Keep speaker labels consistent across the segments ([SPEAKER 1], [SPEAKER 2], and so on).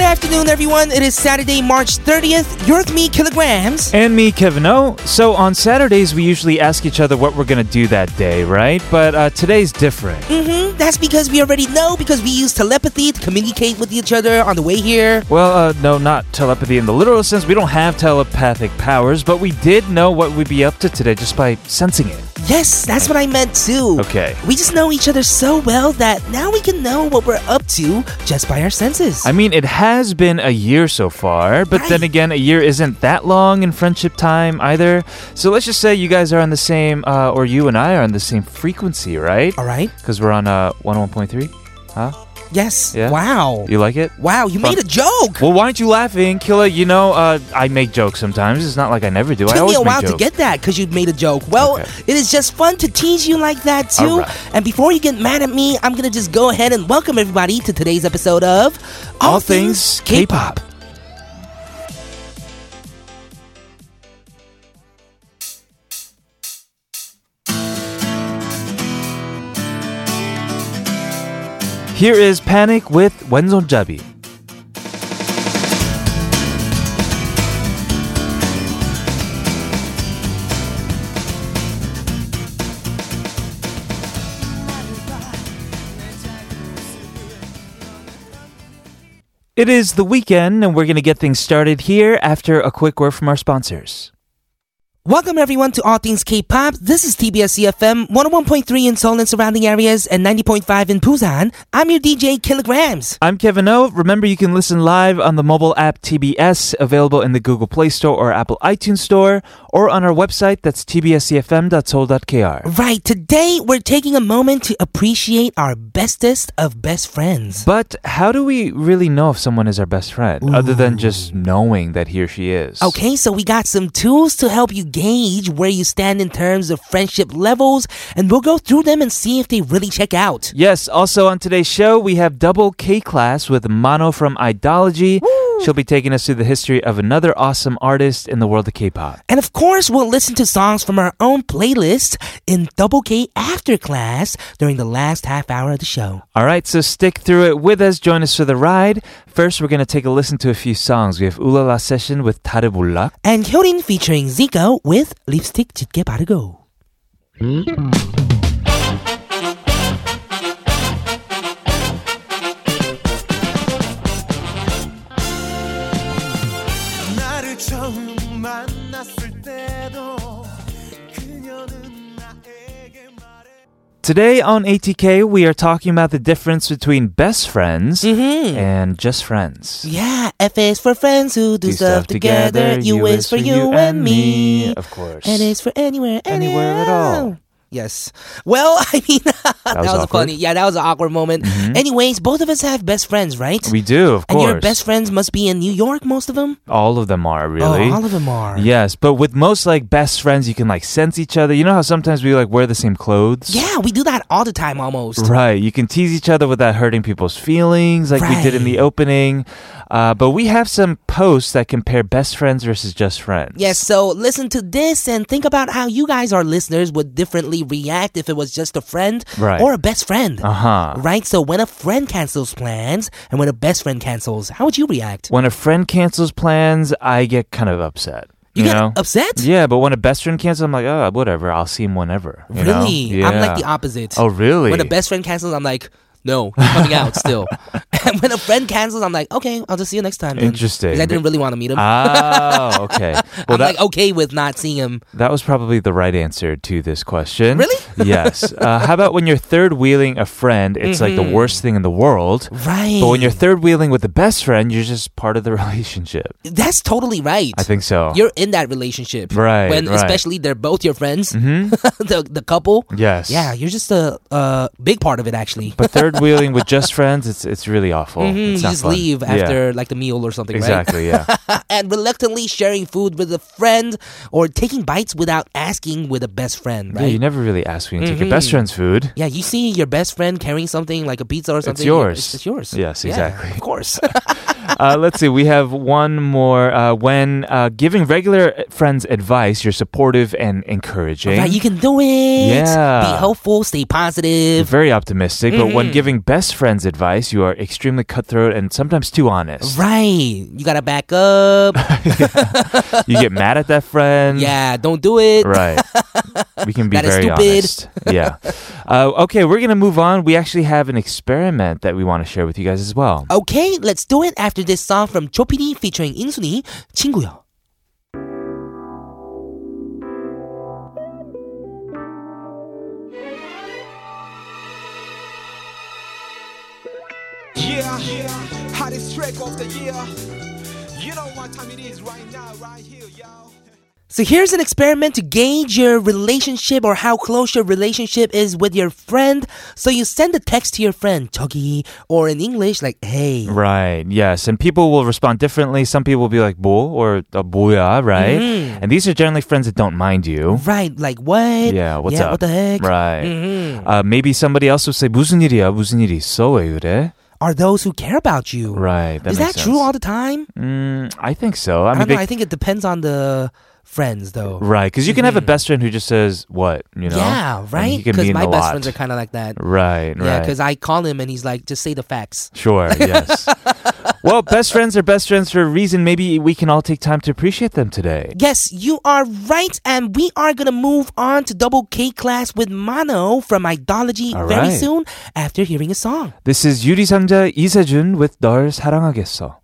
[SPEAKER 1] afternoon, everyone. It is Saturday, March 30th. You're with me, Kilograms.
[SPEAKER 2] And me, Kevin O. So on Saturdays, we usually ask each other what we're going to do that day, right? But uh, today's different.
[SPEAKER 1] Mm-hmm. That's because we already know because we use telepathy to communicate with each other on the way here.
[SPEAKER 2] Well, uh, no, not telepathy in the literal sense. We don't have telepathic powers, but we did know what we'd be up to today just by sensing it.
[SPEAKER 1] Yes, that's what I meant too.
[SPEAKER 2] Okay.
[SPEAKER 1] We just know each other so well that now we can know what we're up to just by our senses.
[SPEAKER 2] I mean, it has been a year so far, but then
[SPEAKER 1] Right.
[SPEAKER 2] again, a year isn't that long in friendship time either. So let's just say you guys are on the same, uh, or you and I are on the same frequency, right?
[SPEAKER 1] All right.
[SPEAKER 2] Because we're on uh, 101.3.
[SPEAKER 1] Yes.
[SPEAKER 2] Yeah.
[SPEAKER 1] Wow.
[SPEAKER 2] You like it?
[SPEAKER 1] Wow, you
[SPEAKER 2] Fun.
[SPEAKER 1] made a joke.
[SPEAKER 2] Well, why aren't you laughing, Killa? You know, uh, I make jokes sometimes. It's not like I never do.
[SPEAKER 1] Took
[SPEAKER 2] I
[SPEAKER 1] me
[SPEAKER 2] always
[SPEAKER 1] a while
[SPEAKER 2] make
[SPEAKER 1] to
[SPEAKER 2] jokes.
[SPEAKER 1] get that because you made a joke. Well,
[SPEAKER 2] Okay.
[SPEAKER 1] it is just fun to tease you like that too.
[SPEAKER 2] All right.
[SPEAKER 1] And before you get mad at me, I'm gonna just go ahead and welcome everybody to today's episode of
[SPEAKER 2] All things K-pop. Here is Panic with 왼손잡이. It is the weekend, and we're going to get things started here after a quick word from our sponsors.
[SPEAKER 1] Welcome everyone to All Things K-pop. This is TBS EFM 101.3 in Seoul and surrounding areas and 90.5 in Busan. I'm your DJ Kilograms.
[SPEAKER 2] I'm Kevin O. Remember, you can listen live on the mobile app TBS, available in the Google Play Store or Apple iTunes Store, or on our website that's tbscfm.soul.kr.
[SPEAKER 1] Right, today we're taking a moment to appreciate our bestest of best friends.
[SPEAKER 2] But how do we really know if someone is our best friend, other than just knowing that he or she is?
[SPEAKER 1] Okay, so we got some tools to help you gauge where you stand in terms of friendship levels, and we'll go through them and see if they really check out.
[SPEAKER 2] Yes, also on today's show, we have double K class with Mono from Idology. She'll be taking us through the history of another awesome artist in the world of K pop.
[SPEAKER 1] And of course, we'll listen to songs from our own playlist in Double K After Class during the last half hour of the show.
[SPEAKER 2] All right, so stick through it with us. Join us for the ride. First, we're going to take a listen to a few songs. We have Ulala Session with 다를 몰라.
[SPEAKER 1] And Hyorin featuring Zico with Lipstick 짙게 바르고.
[SPEAKER 3] 나를 처음 만났을 때도 그녀는 나에게 말해
[SPEAKER 2] Today on ATK, we are talking about the difference between best friends
[SPEAKER 1] Mm-hmm.
[SPEAKER 2] and just friends.
[SPEAKER 1] Yeah, F is for friends who do, stuff, together. U is for you and me.
[SPEAKER 2] Of course.
[SPEAKER 1] And it's for anywhere,
[SPEAKER 2] Anywhere at all.
[SPEAKER 1] Yes. Well, I mean, that,
[SPEAKER 2] was
[SPEAKER 1] was, a
[SPEAKER 2] awkward. Mm-hmm.
[SPEAKER 1] funny. Yeah, that was an awkward moment. Anyways, both of us have best friends, right?
[SPEAKER 2] we do, of
[SPEAKER 1] and
[SPEAKER 2] course.
[SPEAKER 1] your best friends must be in New York, most of them?
[SPEAKER 2] all of them are really.
[SPEAKER 1] Oh, all of them are.
[SPEAKER 2] Yes, but with most like best friends, you can like sense each other. You know how sometimes we like wear the same clothes?
[SPEAKER 1] Yeah, we do that all the time almost.
[SPEAKER 2] Right. You can tease each other without hurting people's feelings, like we did in the
[SPEAKER 1] Right.
[SPEAKER 2] opening. Uh, but we have some posts that compare best friends versus just friends.
[SPEAKER 1] Yes, so listen to this and think about how you guys, our listeners, would differently react if it was just a friend
[SPEAKER 2] Right.
[SPEAKER 1] or a best friend.
[SPEAKER 2] Uh huh.
[SPEAKER 1] Right? So when a friend cancels plans and when a best friend cancels, how would you react?
[SPEAKER 2] When a friend cancels plans, I get kind of upset.
[SPEAKER 1] You,
[SPEAKER 2] You,
[SPEAKER 1] get
[SPEAKER 2] know?
[SPEAKER 1] upset?
[SPEAKER 2] Yeah, but when a best friend cancels, I'm like, oh, whatever. I'll see him whenever. you know?
[SPEAKER 1] Really? I'm like
[SPEAKER 2] Yeah.
[SPEAKER 1] the opposite.
[SPEAKER 2] Oh, really?
[SPEAKER 1] When a best friend cancels, I'm like, no, you're coming out still. and when a friend cancels, I'm like, okay, I'll just see you next time. then." 'Cause
[SPEAKER 2] Interesting.
[SPEAKER 1] I didn't really want to meet him.
[SPEAKER 2] oh, okay.
[SPEAKER 1] I'm
[SPEAKER 2] Well, that,
[SPEAKER 1] like okay with not seeing him.
[SPEAKER 2] That was probably the right answer to this question.
[SPEAKER 1] Really?
[SPEAKER 2] yes. Uh, how about when you're third wheeling a friend, it's like the
[SPEAKER 1] Mm-hmm.
[SPEAKER 2] worst thing in the world.
[SPEAKER 1] Right.
[SPEAKER 2] But when you're third wheeling with the best friend, you're just part of the relationship.
[SPEAKER 1] That's totally right.
[SPEAKER 2] I think so.
[SPEAKER 1] You're in that relationship.
[SPEAKER 2] Right,
[SPEAKER 1] When
[SPEAKER 2] right. Mm-hmm.
[SPEAKER 1] especially they're both your friends, the, the couple.
[SPEAKER 2] yes.
[SPEAKER 1] Yeah, you're just a, a big part of it, actually.
[SPEAKER 2] But third wheeling with just friends, it's it's really awful.
[SPEAKER 1] Mhm, you
[SPEAKER 2] It's not
[SPEAKER 1] just
[SPEAKER 2] fun.
[SPEAKER 1] leave
[SPEAKER 2] Yeah.
[SPEAKER 1] after like the meal or something, right?
[SPEAKER 2] Exactly, yeah.
[SPEAKER 1] and reluctantly sharing food with a friend or taking bites without asking with a best friend,
[SPEAKER 2] Yeah,
[SPEAKER 1] right?
[SPEAKER 2] you never really ask when you take your best friend's food.
[SPEAKER 1] Yeah, you see your best friend carrying something like a pizza or something.
[SPEAKER 2] yours.
[SPEAKER 1] It's, it's yours.
[SPEAKER 2] Yes,
[SPEAKER 1] Yeah,
[SPEAKER 2] exactly.
[SPEAKER 1] of course.
[SPEAKER 2] Uh, let's see. We have one more. Uh, when uh, giving regular friends advice, you're supportive and encouraging.
[SPEAKER 1] Right, you can do it. Be
[SPEAKER 2] Yeah.
[SPEAKER 1] hopeful, stay
[SPEAKER 2] You're
[SPEAKER 1] positive.
[SPEAKER 2] very optimistic, but when giving best friends advice, you are extremely cutthroat and sometimes too honest.
[SPEAKER 1] Right. You gotta back up.
[SPEAKER 2] You get mad at that friend.
[SPEAKER 1] yeah, don't do it.
[SPEAKER 2] Right. We can be
[SPEAKER 1] That is
[SPEAKER 2] very
[SPEAKER 1] stupid.
[SPEAKER 2] honest. Yeah. Uh, okay, we're going to move on. We actually have an experiment that we want to share with you guys as well.
[SPEAKER 1] Okay, let's do it after this song from Chopini featuring 인순이 친구요.
[SPEAKER 3] Yeah, yeah, hottest track of the year. You know what time it is right now, right here, y'all.
[SPEAKER 1] So here's an experiment to gauge your relationship or how close your relationship is with your friend. So you send a text to your friend, 저기, or in English like hey.
[SPEAKER 2] Right. Yes. And people will respond differently. Some people will be like, 뭐, or uh, 뭐야, right?
[SPEAKER 1] Mm-hmm.
[SPEAKER 2] And these are generally friends that don't mind you.
[SPEAKER 1] Right, like what?
[SPEAKER 2] Yeah, what's
[SPEAKER 1] yeah,
[SPEAKER 2] up?
[SPEAKER 1] What the heck? Mm-hmm.
[SPEAKER 2] Right. Uh, maybe somebody else will say, 무슨 일이야? 무슨 일이 있어? 왜 그래?
[SPEAKER 1] Are those who care about you?
[SPEAKER 2] Right. That
[SPEAKER 1] Is that
[SPEAKER 2] makes
[SPEAKER 1] true all
[SPEAKER 2] sense.
[SPEAKER 1] the time?
[SPEAKER 2] Mm, I think so.
[SPEAKER 1] I
[SPEAKER 2] I mean,
[SPEAKER 1] don't
[SPEAKER 2] they,
[SPEAKER 1] know. I think it depends on the friends, though.
[SPEAKER 2] right. Because you can have a best friend who just says, what? You know?
[SPEAKER 1] Mm-hmm. Yeah,
[SPEAKER 2] And
[SPEAKER 1] right.
[SPEAKER 2] he can
[SPEAKER 1] Because
[SPEAKER 2] mean
[SPEAKER 1] my
[SPEAKER 2] a
[SPEAKER 1] best
[SPEAKER 2] lot.
[SPEAKER 1] friends are kind of like that.
[SPEAKER 2] Right,
[SPEAKER 1] Yeah,
[SPEAKER 2] right.
[SPEAKER 1] because I call him and he's like, just say the facts.
[SPEAKER 2] Sure, yes. well, best friends are best friends for a reason. Maybe we can all take time to appreciate them today.
[SPEAKER 1] Yes, you are right, and we are gonna move on to double K class with Mono from Idology
[SPEAKER 2] All
[SPEAKER 1] very
[SPEAKER 2] right.
[SPEAKER 1] soon after hearing a song.
[SPEAKER 2] This is Yuri Sanja Isejun with 널 사랑하겠어.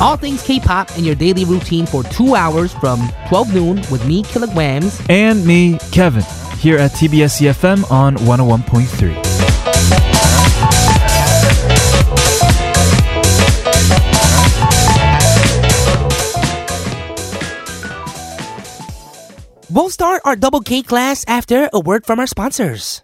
[SPEAKER 1] All things K-pop in your daily routine for two hours from 12 noon with me, Kilograms.
[SPEAKER 2] And me, Kevin, here at TBS EFM E on 101.3.
[SPEAKER 1] We'll start our double K class after a word from our sponsors.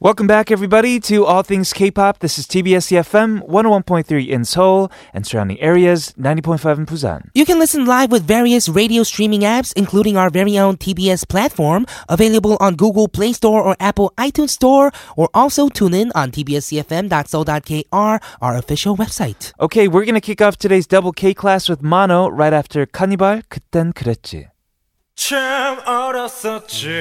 [SPEAKER 2] Welcome back, everybody, to All Things K-Pop. This is TBS EFM 101.3 in Seoul and surrounding areas, 90.5 in Busan.
[SPEAKER 1] You can listen live with various radio streaming apps, including our very own TBS platform, available on Google Play Store or Apple iTunes Store, or also tune in on tbscfm.so.kr, our official website.
[SPEAKER 2] Okay, we're going to kick off today's double K class with Mono right after Cannibal, 그땐 그랬지.
[SPEAKER 4] 참 어렸었지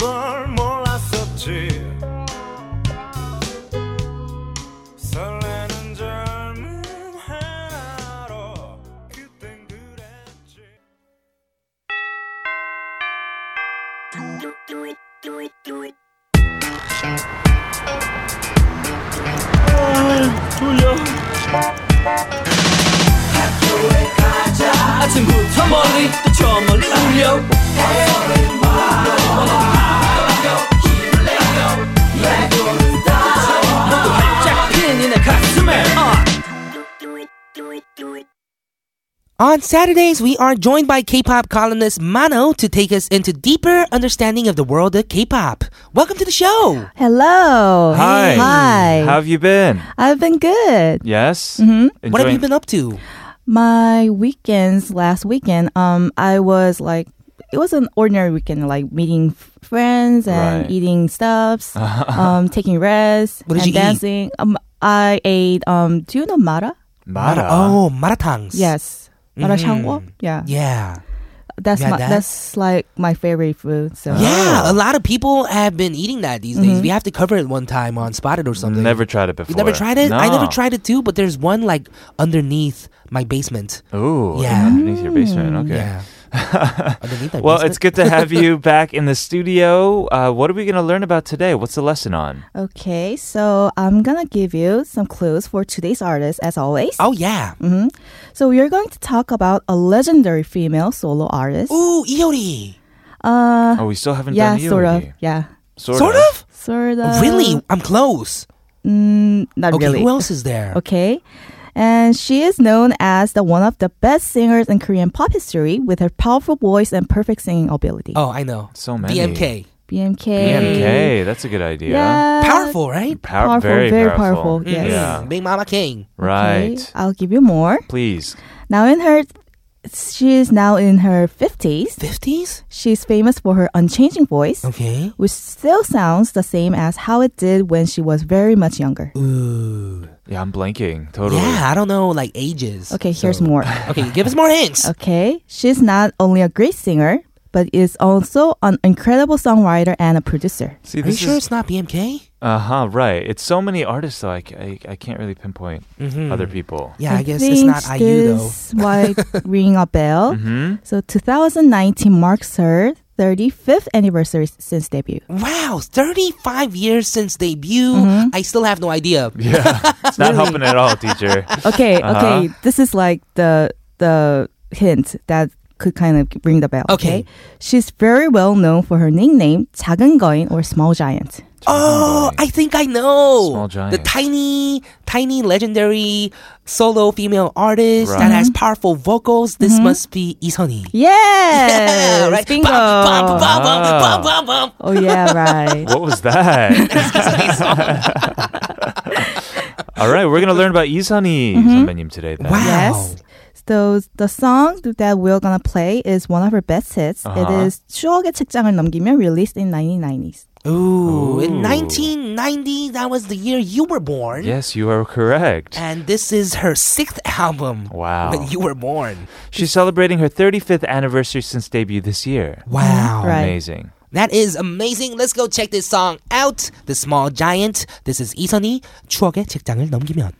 [SPEAKER 4] 뭘 몰랐었지 설레는 젊음 하나로 그땐 그랬지
[SPEAKER 5] 아침부터 멀리 또 저 멀리 울려 너도 활짝 핀 이내 가슴에 어.
[SPEAKER 1] On Saturdays, we are joined by K-pop columnist Mano to take us into deeper understanding of the world of K-pop. Welcome to the show.
[SPEAKER 6] Hello.
[SPEAKER 2] Hi.
[SPEAKER 6] Hi.
[SPEAKER 2] How have you been?
[SPEAKER 6] I've been good.
[SPEAKER 2] Yes. Mm-hmm.
[SPEAKER 1] What have you been up to?
[SPEAKER 6] My weekends last weekend, um, I was like, it was an ordinary weekend, like meeting f- friends and
[SPEAKER 2] Right.
[SPEAKER 6] eating stuffs, um, taking rest
[SPEAKER 1] What did
[SPEAKER 6] and
[SPEAKER 1] you eat?
[SPEAKER 6] dancing. Um, I ate. Um, do you know Mara?
[SPEAKER 2] Mara.
[SPEAKER 1] Oh, maratangs.
[SPEAKER 6] Yes. Mara
[SPEAKER 1] Mm-hmm.
[SPEAKER 6] Changguo? Yeah.
[SPEAKER 1] Yeah.
[SPEAKER 6] That's
[SPEAKER 1] You had
[SPEAKER 6] my
[SPEAKER 1] that?
[SPEAKER 6] that's like my favorite food. So
[SPEAKER 1] Yeah, a lot of people have been eating that these days. We have to cover it one time on Spotted or something.
[SPEAKER 2] Never tried it
[SPEAKER 1] You
[SPEAKER 2] before.
[SPEAKER 1] never tried it?
[SPEAKER 2] No.
[SPEAKER 1] I never tried it too, but there's one like underneath my basement.
[SPEAKER 2] Ooh.
[SPEAKER 1] Yeah.
[SPEAKER 2] Underneath your basement.
[SPEAKER 6] Mm.
[SPEAKER 2] Okay.
[SPEAKER 1] Yeah. underneath my
[SPEAKER 2] Well,
[SPEAKER 1] basement.
[SPEAKER 2] it's good to have you back in the studio. Uh, what are we going to learn about today? What's the lesson on?
[SPEAKER 6] Okay, so I'm gonna give you some clues for today's artist as always.
[SPEAKER 1] Oh yeah.
[SPEAKER 6] Mm. So we are going to talk about a legendary female solo artist.
[SPEAKER 1] Ooh, Iori.
[SPEAKER 6] Uh,
[SPEAKER 2] Oh, we still haven't
[SPEAKER 6] yeah,
[SPEAKER 2] done you.
[SPEAKER 6] sort of. Yeah,
[SPEAKER 2] Sort,
[SPEAKER 1] Sort
[SPEAKER 2] of.
[SPEAKER 1] of?
[SPEAKER 6] sort of.
[SPEAKER 1] really? I'm close.
[SPEAKER 6] Mm, not
[SPEAKER 1] Okay,
[SPEAKER 6] really.
[SPEAKER 1] who else is there?
[SPEAKER 6] Okay. And she is known as the one of the best singers in Korean pop history with her powerful voice and perfect singing ability.
[SPEAKER 1] Oh, I know.
[SPEAKER 2] So many.
[SPEAKER 1] BMK.
[SPEAKER 6] BMK.
[SPEAKER 2] E BMK, that's a good idea.
[SPEAKER 6] Yeah.
[SPEAKER 1] Powerful, right?
[SPEAKER 2] Pow-
[SPEAKER 6] Powerful,
[SPEAKER 2] very,
[SPEAKER 6] very
[SPEAKER 2] powerful.
[SPEAKER 6] powerful, Uh,
[SPEAKER 1] Mm-hmm.
[SPEAKER 6] yes. Uh,
[SPEAKER 2] Yeah.
[SPEAKER 1] Big Mama King.
[SPEAKER 6] Okay,
[SPEAKER 2] Right.
[SPEAKER 6] I'll give you more.
[SPEAKER 2] Please.
[SPEAKER 6] Now in her she is now in her 50s.
[SPEAKER 1] 50s?
[SPEAKER 6] She's famous for her unchanging voice,
[SPEAKER 1] Okay.
[SPEAKER 6] which still sounds the same as how it did when she was very much younger.
[SPEAKER 2] Yeah, I'm blanking. Totally.
[SPEAKER 1] Yeah, I don't know, like ages.
[SPEAKER 6] Okay, here's
[SPEAKER 1] So-
[SPEAKER 6] more.
[SPEAKER 1] Okay, give us more hints.
[SPEAKER 6] Okay, she's not only a great singer, but is also an incredible songwriter and a producer.
[SPEAKER 2] See,
[SPEAKER 1] Are you
[SPEAKER 2] this
[SPEAKER 1] sure
[SPEAKER 2] is.
[SPEAKER 1] it's not BMK?
[SPEAKER 2] Uh huh, right. It's so many artists, though. I, c- I, I can't really pinpoint
[SPEAKER 1] Mm-hmm.
[SPEAKER 2] other people.
[SPEAKER 1] Yeah, I, guess it's
[SPEAKER 6] think
[SPEAKER 1] not IU though. Mm-hmm.
[SPEAKER 6] this might ring a bell. So 2019 marks her 35th anniversary s- since debut.
[SPEAKER 1] Wow, 35 years since debut.
[SPEAKER 2] Mm-hmm.
[SPEAKER 1] I still have no idea.
[SPEAKER 2] Yeah. it's not helping at all, teacher.
[SPEAKER 6] Okay,
[SPEAKER 1] Uh-huh.
[SPEAKER 6] okay, this is like the the hint that could kind of ring the bell.
[SPEAKER 1] Okay.
[SPEAKER 6] she's very well known for her nickname 작은 거인 or small giant.
[SPEAKER 1] Oh, I think I know.
[SPEAKER 2] Small
[SPEAKER 1] The
[SPEAKER 2] giant.
[SPEAKER 1] tiny, tiny legendary solo female artist
[SPEAKER 2] Right. Mm-hmm.
[SPEAKER 1] that has powerful vocals. This must be Isoni.
[SPEAKER 6] Yes,
[SPEAKER 1] right.
[SPEAKER 6] bingo.
[SPEAKER 1] Bum, bum, bum, bum,
[SPEAKER 2] Ah.
[SPEAKER 1] bum, bum, bum.
[SPEAKER 6] Oh yeah, right.
[SPEAKER 2] What was that? all right, we're going to learn about Isani 선배님 today then.
[SPEAKER 1] Wow.
[SPEAKER 6] Yes. So the song that we're gonna play is one of her best hits. It
[SPEAKER 2] Uh-huh.
[SPEAKER 6] is 추억의 책장을 넘기면 released in 1990s.
[SPEAKER 1] Ooh, in
[SPEAKER 2] Ooh.
[SPEAKER 1] 1990, that was the year you were born.
[SPEAKER 2] Yes, you are correct.
[SPEAKER 1] And this is her sixth album.
[SPEAKER 2] Wow. Mm-hmm.
[SPEAKER 1] When you were born.
[SPEAKER 2] She's celebrating her 35th anniversary since debut this year.
[SPEAKER 1] Wow.
[SPEAKER 6] Right.
[SPEAKER 2] Amazing.
[SPEAKER 1] That is amazing. Let's go check this song out. The Small Giant. This is 이선희 추억의 책장을 넘기면.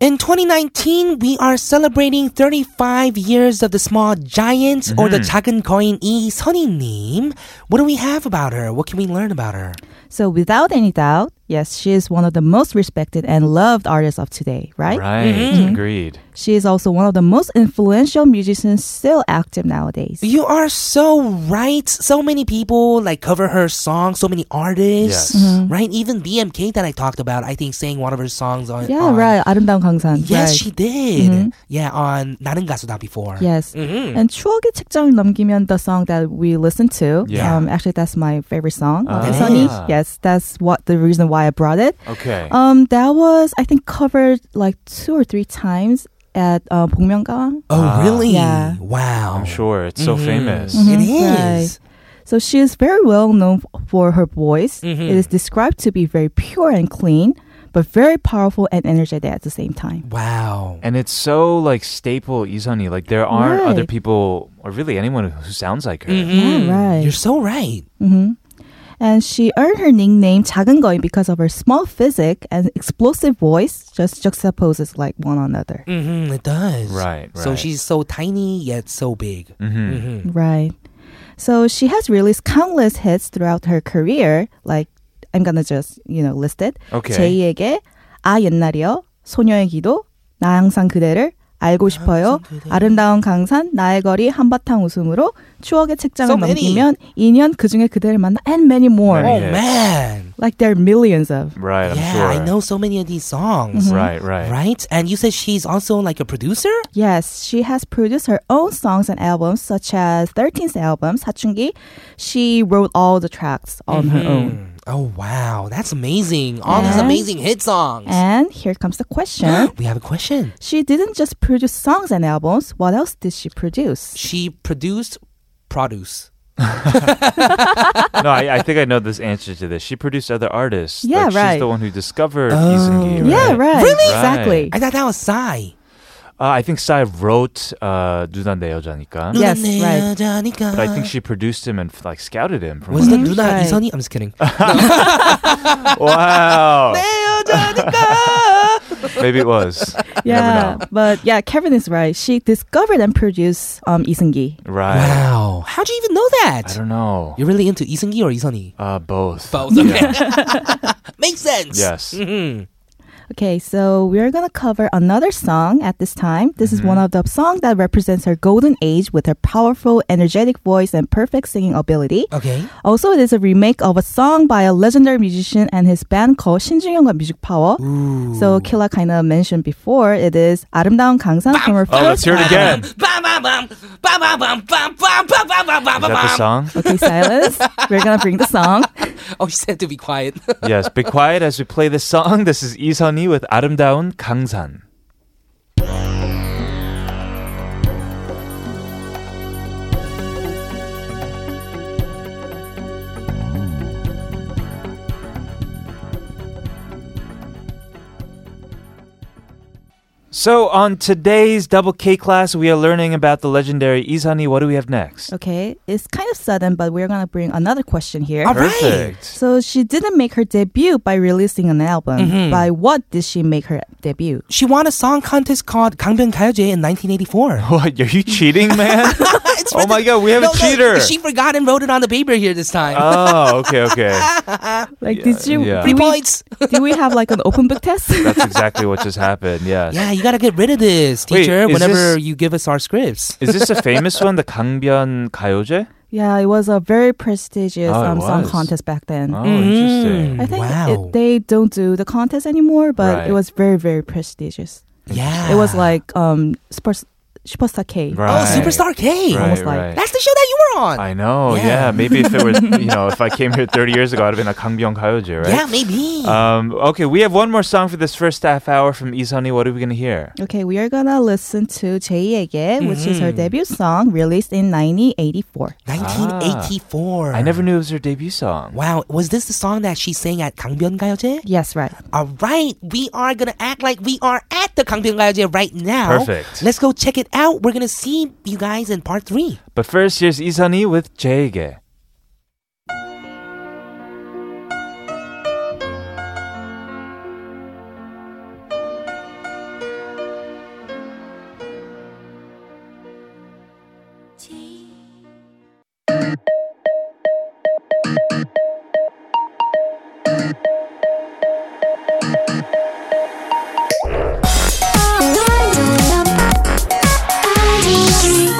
[SPEAKER 1] In 2019, we are celebrating 35 years of the small giant or the 작은 거인 이선희님. What do we have about her? What can we learn about her?
[SPEAKER 6] So without any doubt, yes, she is one of the most respected and loved artists of today, right?
[SPEAKER 2] Right. Agreed.
[SPEAKER 6] She is also one of the most influential musicians still active nowadays.
[SPEAKER 1] You are so right. So many people like cover her song. So many artists,
[SPEAKER 2] Yes.
[SPEAKER 6] Mm-hmm.
[SPEAKER 2] Mhm.
[SPEAKER 1] right? Even BMK that I talked about, I think sang one of her songs on.
[SPEAKER 6] Yeah,
[SPEAKER 1] on-
[SPEAKER 6] right. 아름다운 강산.
[SPEAKER 1] Yes,
[SPEAKER 6] right. Mm-hmm.
[SPEAKER 1] she did. Yeah, on 나는 가수다 before.
[SPEAKER 6] Yes.
[SPEAKER 1] Mhm.
[SPEAKER 6] And 추억의 책장을 넘기면 the song that we listened to.
[SPEAKER 2] Yeah.
[SPEAKER 6] Um, actually, that's my favorite song. of
[SPEAKER 2] Ah.
[SPEAKER 6] Sunny. Yes, that's what the reason why I brought it.
[SPEAKER 2] Okay.
[SPEAKER 6] Um, that was I think covered like two or three times at uh, 복면가왕.
[SPEAKER 1] Oh, really?
[SPEAKER 6] Yeah. Mm-hmm.
[SPEAKER 1] Wow.
[SPEAKER 2] I'm sure it's so famous.
[SPEAKER 1] It
[SPEAKER 6] Right.
[SPEAKER 1] is.
[SPEAKER 6] So she is very well known f- for her voice.
[SPEAKER 1] Mhm.
[SPEAKER 6] It is described to be very pure and clean, but very powerful and energetic at the same time.
[SPEAKER 1] Wow.
[SPEAKER 2] And it's so like staple Isani. Like there aren't
[SPEAKER 6] Right. Mm-hmm.
[SPEAKER 2] other people or really anyone who sounds like her.
[SPEAKER 1] Mhm.
[SPEAKER 6] right.
[SPEAKER 1] You're so right.
[SPEAKER 6] And she earned her nickname 작은 거인 because of her small physique and explosive voice just juxtaposes like one another.
[SPEAKER 1] hmm it does.
[SPEAKER 2] Right,
[SPEAKER 1] So
[SPEAKER 2] right.
[SPEAKER 1] she's so tiny yet so big. Mm-hmm.
[SPEAKER 6] Right. So she has released countless hits throughout her career. Like I'm gonna just you know list it.
[SPEAKER 2] Okay.
[SPEAKER 6] 제이에게 아 옛날이여 소녀의 기도 나 항상 그대를 알고 싶어요 아름다운 강산 나의 거리 한바탕 웃음으로 추억의 책장을
[SPEAKER 1] So many.
[SPEAKER 6] 넘기면 2년 그 중에 그대를 만나 and many more.
[SPEAKER 2] Many.
[SPEAKER 1] Oh
[SPEAKER 2] Yes.
[SPEAKER 1] man.
[SPEAKER 6] Like there are millions of.
[SPEAKER 2] Right, I'm
[SPEAKER 1] yeah,
[SPEAKER 2] sure. Mm-hmm.
[SPEAKER 1] I know Mm-hmm. so many of these songs.
[SPEAKER 2] Right, right.
[SPEAKER 1] Right? And you said she's also like a producer?
[SPEAKER 6] Yes, she has produced her own songs and albums, such as 13th album, 사춘기. She wrote all the tracks on her own.
[SPEAKER 1] Oh wow, that's amazing. All these
[SPEAKER 6] And-
[SPEAKER 1] amazing hit songs.
[SPEAKER 6] And here comes the question.
[SPEAKER 1] we have a question.
[SPEAKER 6] she didn't just produce songs and albums. What else did she produce?
[SPEAKER 1] She produced produce.
[SPEAKER 2] No, I, I think I know this answer to this. She produced other artists. like,
[SPEAKER 6] Yeah,
[SPEAKER 2] She's
[SPEAKER 6] right.
[SPEAKER 2] the
[SPEAKER 6] Oh.
[SPEAKER 2] one who discovered Isangi. Right?
[SPEAKER 6] Yeah, right.
[SPEAKER 2] Really?
[SPEAKER 6] Exactly.
[SPEAKER 1] I thought that was Psy.
[SPEAKER 2] Uh, I think Sai wrote uh, "누나 내 여자니까,"
[SPEAKER 6] Yes,
[SPEAKER 1] 누나 내
[SPEAKER 6] right.
[SPEAKER 1] 여자니까.
[SPEAKER 2] but I think she produced him and like scouted him. From
[SPEAKER 1] was the
[SPEAKER 6] Mhm.
[SPEAKER 1] Luna
[SPEAKER 6] Right.
[SPEAKER 1] Isoni? I'm just kidding.
[SPEAKER 2] wow. Maybe it was. You
[SPEAKER 6] Yeah,
[SPEAKER 2] never know.
[SPEAKER 6] but yeah, Kevin is right. She discovered and produced um, Isungi.
[SPEAKER 2] Right.
[SPEAKER 1] wow. How'd you even know
[SPEAKER 2] I
[SPEAKER 1] that?
[SPEAKER 2] don't know.
[SPEAKER 1] You're really into Isongi or Isoni?
[SPEAKER 2] Uh, both.
[SPEAKER 1] Both. Okay. Makes sense.
[SPEAKER 2] Yes. Oh,
[SPEAKER 1] Mhm.
[SPEAKER 6] Okay, so we're gonna cover another song at this time. This is one of the songs that represents her golden age with her powerful, energetic voice and perfect singing ability.
[SPEAKER 1] Okay.
[SPEAKER 6] Also, it is a remake of a song by a legendary musician and his band called 신중현과 Music Power. So, Killa kind of mentioned before, it is 아름다운 강산 from her
[SPEAKER 2] Oh, let's
[SPEAKER 6] first
[SPEAKER 2] hear it again. Is that the
[SPEAKER 1] Oh,
[SPEAKER 2] song?
[SPEAKER 6] Okay, silence. We're gonna bring the song.
[SPEAKER 1] she said to be quiet.
[SPEAKER 2] yes, be quiet as we play this song. This is Isoni with 아름다운 강산. So on today's double K class, we are learning about the legendary Isani. What do we have next?
[SPEAKER 6] Okay, it's kind of sudden, but we're gonna bring another question here.
[SPEAKER 1] All right.
[SPEAKER 2] Perfect.
[SPEAKER 6] So she didn't make her debut by releasing an album.
[SPEAKER 2] Mm-hmm.
[SPEAKER 6] By what did she make her debut?
[SPEAKER 1] She won a song contest called 강변 가요제 in 1984.
[SPEAKER 2] What? Are you cheating, man?
[SPEAKER 1] It's
[SPEAKER 2] oh
[SPEAKER 1] for
[SPEAKER 2] my
[SPEAKER 1] the-
[SPEAKER 2] God, we have
[SPEAKER 1] No,
[SPEAKER 2] a
[SPEAKER 1] no,
[SPEAKER 2] cheater.
[SPEAKER 1] She forgot and wrote it on the paper here this time.
[SPEAKER 2] oh, okay, okay.
[SPEAKER 6] Like, did you?
[SPEAKER 2] yeah.
[SPEAKER 1] Three
[SPEAKER 6] Do, we,
[SPEAKER 1] points.
[SPEAKER 6] do we have like an open book test?
[SPEAKER 2] That's exactly what just happened. Yes.
[SPEAKER 1] Yeah, you gotta get rid of this,
[SPEAKER 2] Wait,
[SPEAKER 1] teacher,
[SPEAKER 2] is
[SPEAKER 1] whenever
[SPEAKER 2] this-
[SPEAKER 1] you give us our scripts.
[SPEAKER 2] Is this a famous one, the 강변 가요제?
[SPEAKER 6] yeah, it was a very prestigious
[SPEAKER 2] Oh, it
[SPEAKER 6] um, song
[SPEAKER 2] was.
[SPEAKER 6] contest back then.
[SPEAKER 2] Oh,
[SPEAKER 1] Mm-hmm.
[SPEAKER 2] interesting.
[SPEAKER 6] I think
[SPEAKER 1] Wow.
[SPEAKER 6] it, they don't do the contest anymore, but
[SPEAKER 2] Right.
[SPEAKER 6] it was very, very prestigious.
[SPEAKER 1] Yeah.
[SPEAKER 6] It was like um, Super, Superstar K.
[SPEAKER 1] Oh,
[SPEAKER 2] Right.
[SPEAKER 1] Superstar K.
[SPEAKER 2] Right,
[SPEAKER 6] almost like-
[SPEAKER 2] right.
[SPEAKER 1] That's the show that you were on.
[SPEAKER 2] I know.
[SPEAKER 1] Yeah.
[SPEAKER 2] Yeah. Maybe if it was, you know, if I came here 30 years ago, I'd have been a 강변 가요제,
[SPEAKER 1] Yeah,
[SPEAKER 2] right?
[SPEAKER 1] maybe.
[SPEAKER 2] Um, okay, we have one more song for this first half hour from Isani. What are we going to hear?
[SPEAKER 6] Okay, we are gonna listen to 제이에게, which is her debut song released in 1984.
[SPEAKER 1] 1984.
[SPEAKER 2] I never knew it was her debut song.
[SPEAKER 1] Wow, was this the song that she sang at 강변 가요제?
[SPEAKER 6] Yes, right.
[SPEAKER 1] All right, we are gonna act like we are at the 강변 가요제 right now.
[SPEAKER 2] Perfect.
[SPEAKER 1] Let's go check it out. We're gonna see you guys in part three.
[SPEAKER 2] But first, here's Isani with 제게.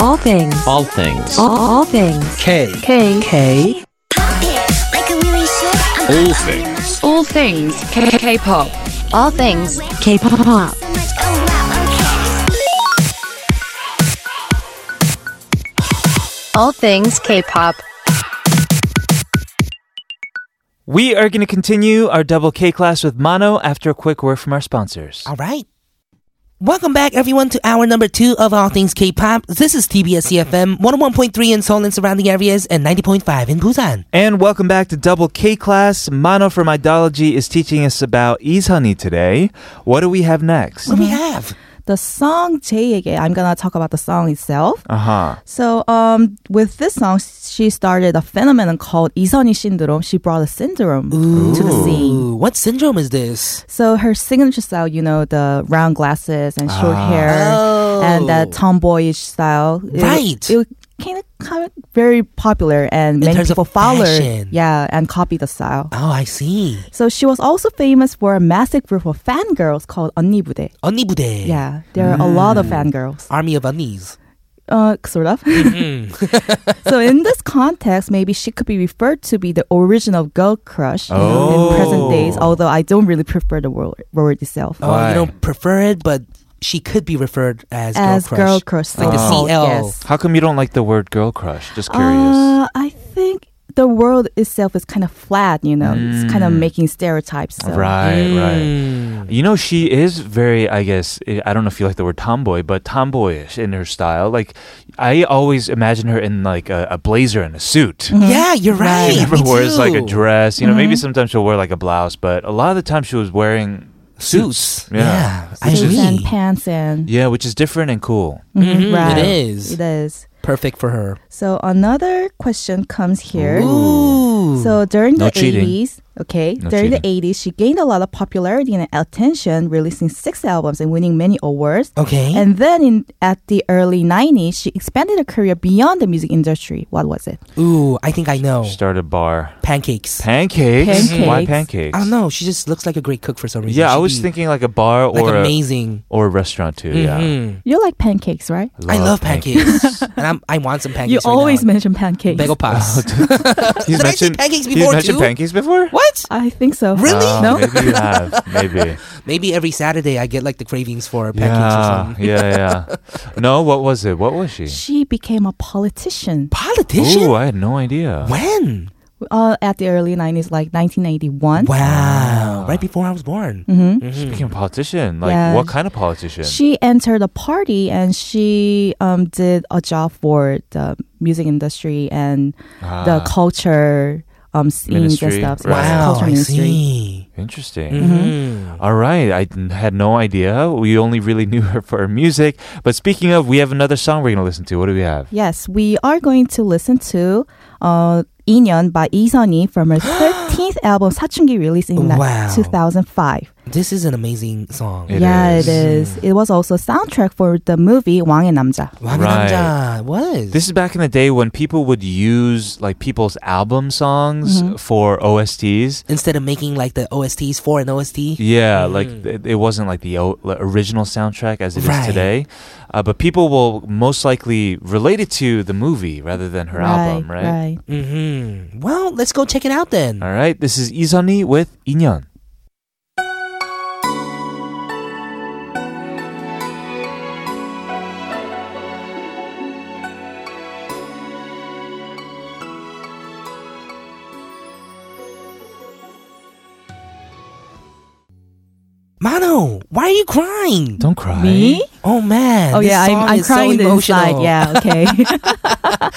[SPEAKER 7] All things. All things. All, all things.
[SPEAKER 1] K.
[SPEAKER 7] K.
[SPEAKER 1] K.
[SPEAKER 7] All things. All things. K. K-pop. All things. K-pop. All things K-pop.
[SPEAKER 2] We are going to continue our double K class with Mono after a quick word from our sponsors.
[SPEAKER 1] All right. Welcome back, everyone, to hour number two of All Things K-pop. This is TBS CFM 101.3 in Seoul and surrounding areas and 90.5 in Busan.
[SPEAKER 2] And welcome back to Double K Class. Mono from Idology is teaching us about Izhani today. What do we have next?
[SPEAKER 1] What do we have?
[SPEAKER 6] The song 제이에게, I'm gonna talk about the song itself.
[SPEAKER 2] Uh huh.
[SPEAKER 6] So, um, with this song, she started a phenomenon called 이선희 syndrome. She brought a syndrome to the scene.
[SPEAKER 1] Ooh, what syndrome is this?
[SPEAKER 6] So her signature style, you know, the round glasses and short hair and that tomboyish style. It-
[SPEAKER 1] Oh. Right.
[SPEAKER 6] It, kind of kind of very popular and many
[SPEAKER 1] terms of
[SPEAKER 6] people follow.
[SPEAKER 1] fashion.
[SPEAKER 6] Yeah, and copy the style.
[SPEAKER 1] Oh, I see.
[SPEAKER 6] So she was also famous for a massive group of fangirls called 언니 부대.
[SPEAKER 1] Onni Bude.
[SPEAKER 6] Yeah, there are a lot of
[SPEAKER 1] Mm.
[SPEAKER 6] fangirls.
[SPEAKER 1] Army of Onnies.
[SPEAKER 6] Uh, sort of.
[SPEAKER 1] Mm-hmm.
[SPEAKER 6] so in this context, maybe she could be referred to be the original girl crush you
[SPEAKER 1] Oh.
[SPEAKER 6] know, in present days. Although I don't really prefer the word, word itself.
[SPEAKER 1] Oh, you don't prefer it, but she could be referred as,
[SPEAKER 6] As
[SPEAKER 1] girl
[SPEAKER 6] girl
[SPEAKER 1] crush.
[SPEAKER 6] crush,
[SPEAKER 1] Like the
[SPEAKER 6] so-
[SPEAKER 1] CL.
[SPEAKER 6] Yes.
[SPEAKER 2] How come you don't like the word girl crush? Just curious.
[SPEAKER 1] Ah,
[SPEAKER 6] Uh, I think the world itself is kind of flat. You know, it's kind of making stereotypes. So.
[SPEAKER 2] Right, right. You know, she is very, I guess, I I don't know if you like the word tomboy, but tomboyish in her style. Like, I always imagine her in like a, a blazer and a suit.
[SPEAKER 6] Mm-hmm.
[SPEAKER 1] Yeah, you're right.
[SPEAKER 2] She never
[SPEAKER 1] me
[SPEAKER 2] wears like a
[SPEAKER 1] too. Mm-hmm.
[SPEAKER 2] dress. You know, maybe sometimes she'll wear like a blouse, but a lot of the time she was wearing
[SPEAKER 1] Suits.
[SPEAKER 2] Yeah.
[SPEAKER 1] Yeah, I
[SPEAKER 6] Suits
[SPEAKER 1] agree.
[SPEAKER 6] and pants and
[SPEAKER 2] yeah, which is different and cool.
[SPEAKER 6] Mhm, right.
[SPEAKER 1] It is.
[SPEAKER 6] It is.
[SPEAKER 1] Perfect for her.
[SPEAKER 6] So another question comes here.
[SPEAKER 1] Ooh.
[SPEAKER 6] So during
[SPEAKER 2] No
[SPEAKER 6] the
[SPEAKER 2] cheating.
[SPEAKER 6] 80s, okay,
[SPEAKER 2] No
[SPEAKER 6] during
[SPEAKER 2] cheating.
[SPEAKER 6] the 80s, she gained a lot of popularity and attention, releasing six albums and winning many awards.
[SPEAKER 1] okay.
[SPEAKER 6] And then in at the early 90s, she expanded her career beyond the music industry. What was it?
[SPEAKER 1] Ooh, I think I know.
[SPEAKER 2] Start a bar.
[SPEAKER 1] Pancakes.
[SPEAKER 2] Pancakes? Why
[SPEAKER 6] Pancakes.
[SPEAKER 2] pancakes?
[SPEAKER 1] I don't know. She just looks like a great cook for some reason.
[SPEAKER 2] Yeah, I
[SPEAKER 1] She'd
[SPEAKER 2] was
[SPEAKER 1] be,
[SPEAKER 2] thinking like a bar or
[SPEAKER 1] like
[SPEAKER 2] a,
[SPEAKER 1] amazing.
[SPEAKER 2] or a restaurant too. Yeah.
[SPEAKER 1] Mhm.
[SPEAKER 6] You like pancakes, right?
[SPEAKER 1] I love pancakes, and I'm, I want some pancakes.
[SPEAKER 6] you
[SPEAKER 1] right
[SPEAKER 6] always
[SPEAKER 1] now.
[SPEAKER 6] mention pancakes.
[SPEAKER 1] Begopas.
[SPEAKER 2] He's
[SPEAKER 1] Did I say
[SPEAKER 2] mentioned
[SPEAKER 1] pancakes
[SPEAKER 2] he's
[SPEAKER 1] before
[SPEAKER 2] mentioned
[SPEAKER 1] too?
[SPEAKER 2] pancakes before?
[SPEAKER 1] What?
[SPEAKER 6] I think so.
[SPEAKER 1] Really?
[SPEAKER 2] Oh,
[SPEAKER 6] No?
[SPEAKER 2] Maybe you have. Maybe.
[SPEAKER 1] Maybe every Saturday I get like the cravings for pancakes or
[SPEAKER 2] yeah.
[SPEAKER 1] something.
[SPEAKER 2] Yeah. Yeah. No. What was it? What was she?
[SPEAKER 6] She became a politician
[SPEAKER 1] Politician?
[SPEAKER 2] Ooh, I had no idea.
[SPEAKER 1] when?
[SPEAKER 6] uh, at the early 90s, like 1981.
[SPEAKER 1] Wow. Right before I was born.
[SPEAKER 2] She became a politician. Like
[SPEAKER 6] Yeah.
[SPEAKER 2] what kind of politician?
[SPEAKER 6] Mm-hmm. She entered a party and she um, did a job for the music industry and
[SPEAKER 2] Ah,
[SPEAKER 6] the culture um, scenes
[SPEAKER 2] Ministry,
[SPEAKER 6] and stuff.
[SPEAKER 2] right.
[SPEAKER 6] Yeah,
[SPEAKER 1] Wow,
[SPEAKER 6] culture
[SPEAKER 1] I
[SPEAKER 6] ministry. Hmm?
[SPEAKER 1] see.
[SPEAKER 2] Interesting.
[SPEAKER 6] Mm-hmm.
[SPEAKER 1] Mhm.
[SPEAKER 2] All right, I n- had no idea. We only really knew her for her music. But speaking of, we have another song we're gonna listen to. What do we have?
[SPEAKER 6] Yes, we are going to listen to uh, 인연 by 이선희 from her 13th album 사춘기 released in ni-
[SPEAKER 1] Wow.
[SPEAKER 6] 2005.
[SPEAKER 1] This is an amazing song.
[SPEAKER 2] It
[SPEAKER 6] yeah,
[SPEAKER 2] is.
[SPEAKER 6] it is. It was also soundtrack for the movie 왕의 남자.
[SPEAKER 1] Wami
[SPEAKER 2] Right.
[SPEAKER 1] Namja was.
[SPEAKER 2] This is back in the day when people would use like people's album songs
[SPEAKER 6] Mm-hmm.
[SPEAKER 2] for OSTs.
[SPEAKER 1] Instead of making like the OSTs for an OST.
[SPEAKER 2] Yeah, like th- it wasn't like the o- like, original soundtrack as it is
[SPEAKER 1] Right.
[SPEAKER 2] today, uh, but people will most likely relate it to the movie rather than her album, right?
[SPEAKER 6] Right.
[SPEAKER 1] hmm Well, let's go check it out then.
[SPEAKER 2] All right, this is Izani with 인연.
[SPEAKER 1] Mano, why are you crying?
[SPEAKER 2] Don't cry.
[SPEAKER 6] Me?
[SPEAKER 1] Oh man.
[SPEAKER 6] Oh
[SPEAKER 1] this
[SPEAKER 6] yeah, I'm,
[SPEAKER 1] song
[SPEAKER 6] I'm
[SPEAKER 1] is so
[SPEAKER 6] crying
[SPEAKER 1] emotional.
[SPEAKER 6] inside. Yeah, okay.